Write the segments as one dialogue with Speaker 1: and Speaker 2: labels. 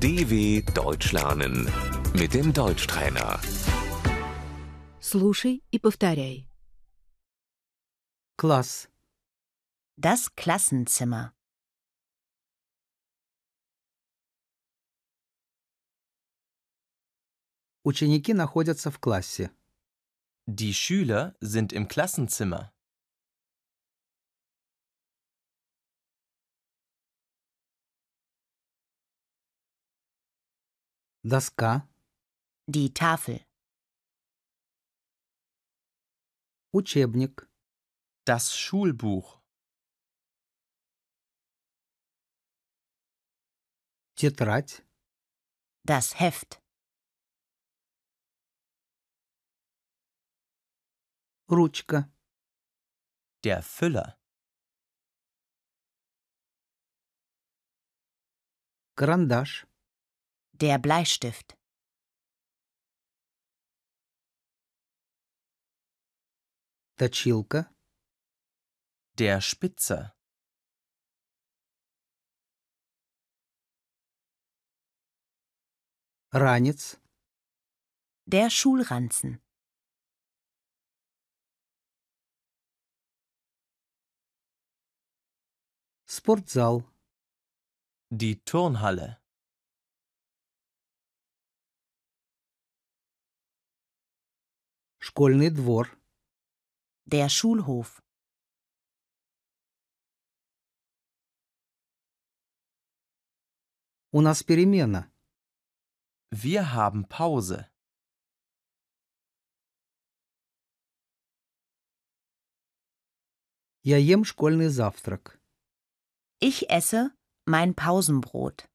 Speaker 1: DW Deutsch lernen mit dem Deutschtrainer.
Speaker 2: Слушай и повторяй.
Speaker 3: Класс.
Speaker 4: Das Klassenzimmer.
Speaker 3: Ученики находятся в классе.
Speaker 5: Die Schüler sind im Klassenzimmer.
Speaker 3: Доска.
Speaker 4: Die Tafel.
Speaker 3: Учебник.
Speaker 5: Das Schulbuch.
Speaker 3: Тетрадь.
Speaker 4: Das Heft.
Speaker 3: Ручка.
Speaker 5: Der Füller.
Speaker 3: Карандаш.
Speaker 4: Der Bleistift.
Speaker 3: Точилка.
Speaker 5: Der Spitzer.
Speaker 3: Ранец.
Speaker 4: Der Schulranzen.
Speaker 3: Спортзал.
Speaker 5: Die Turnhalle.
Speaker 3: Школьный двор.
Speaker 4: Der Schulhof.
Speaker 3: У нас перемена.
Speaker 5: Wir haben Pause.
Speaker 3: Я ем школьный завтрак.
Speaker 4: Ich esse mein Pausenbrot.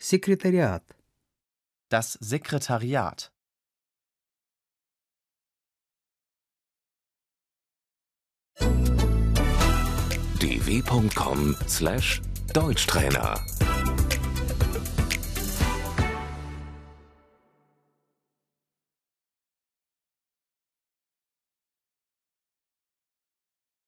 Speaker 3: Секретариат.
Speaker 5: Das Sekretariat.
Speaker 1: dw.com/deutschtrainer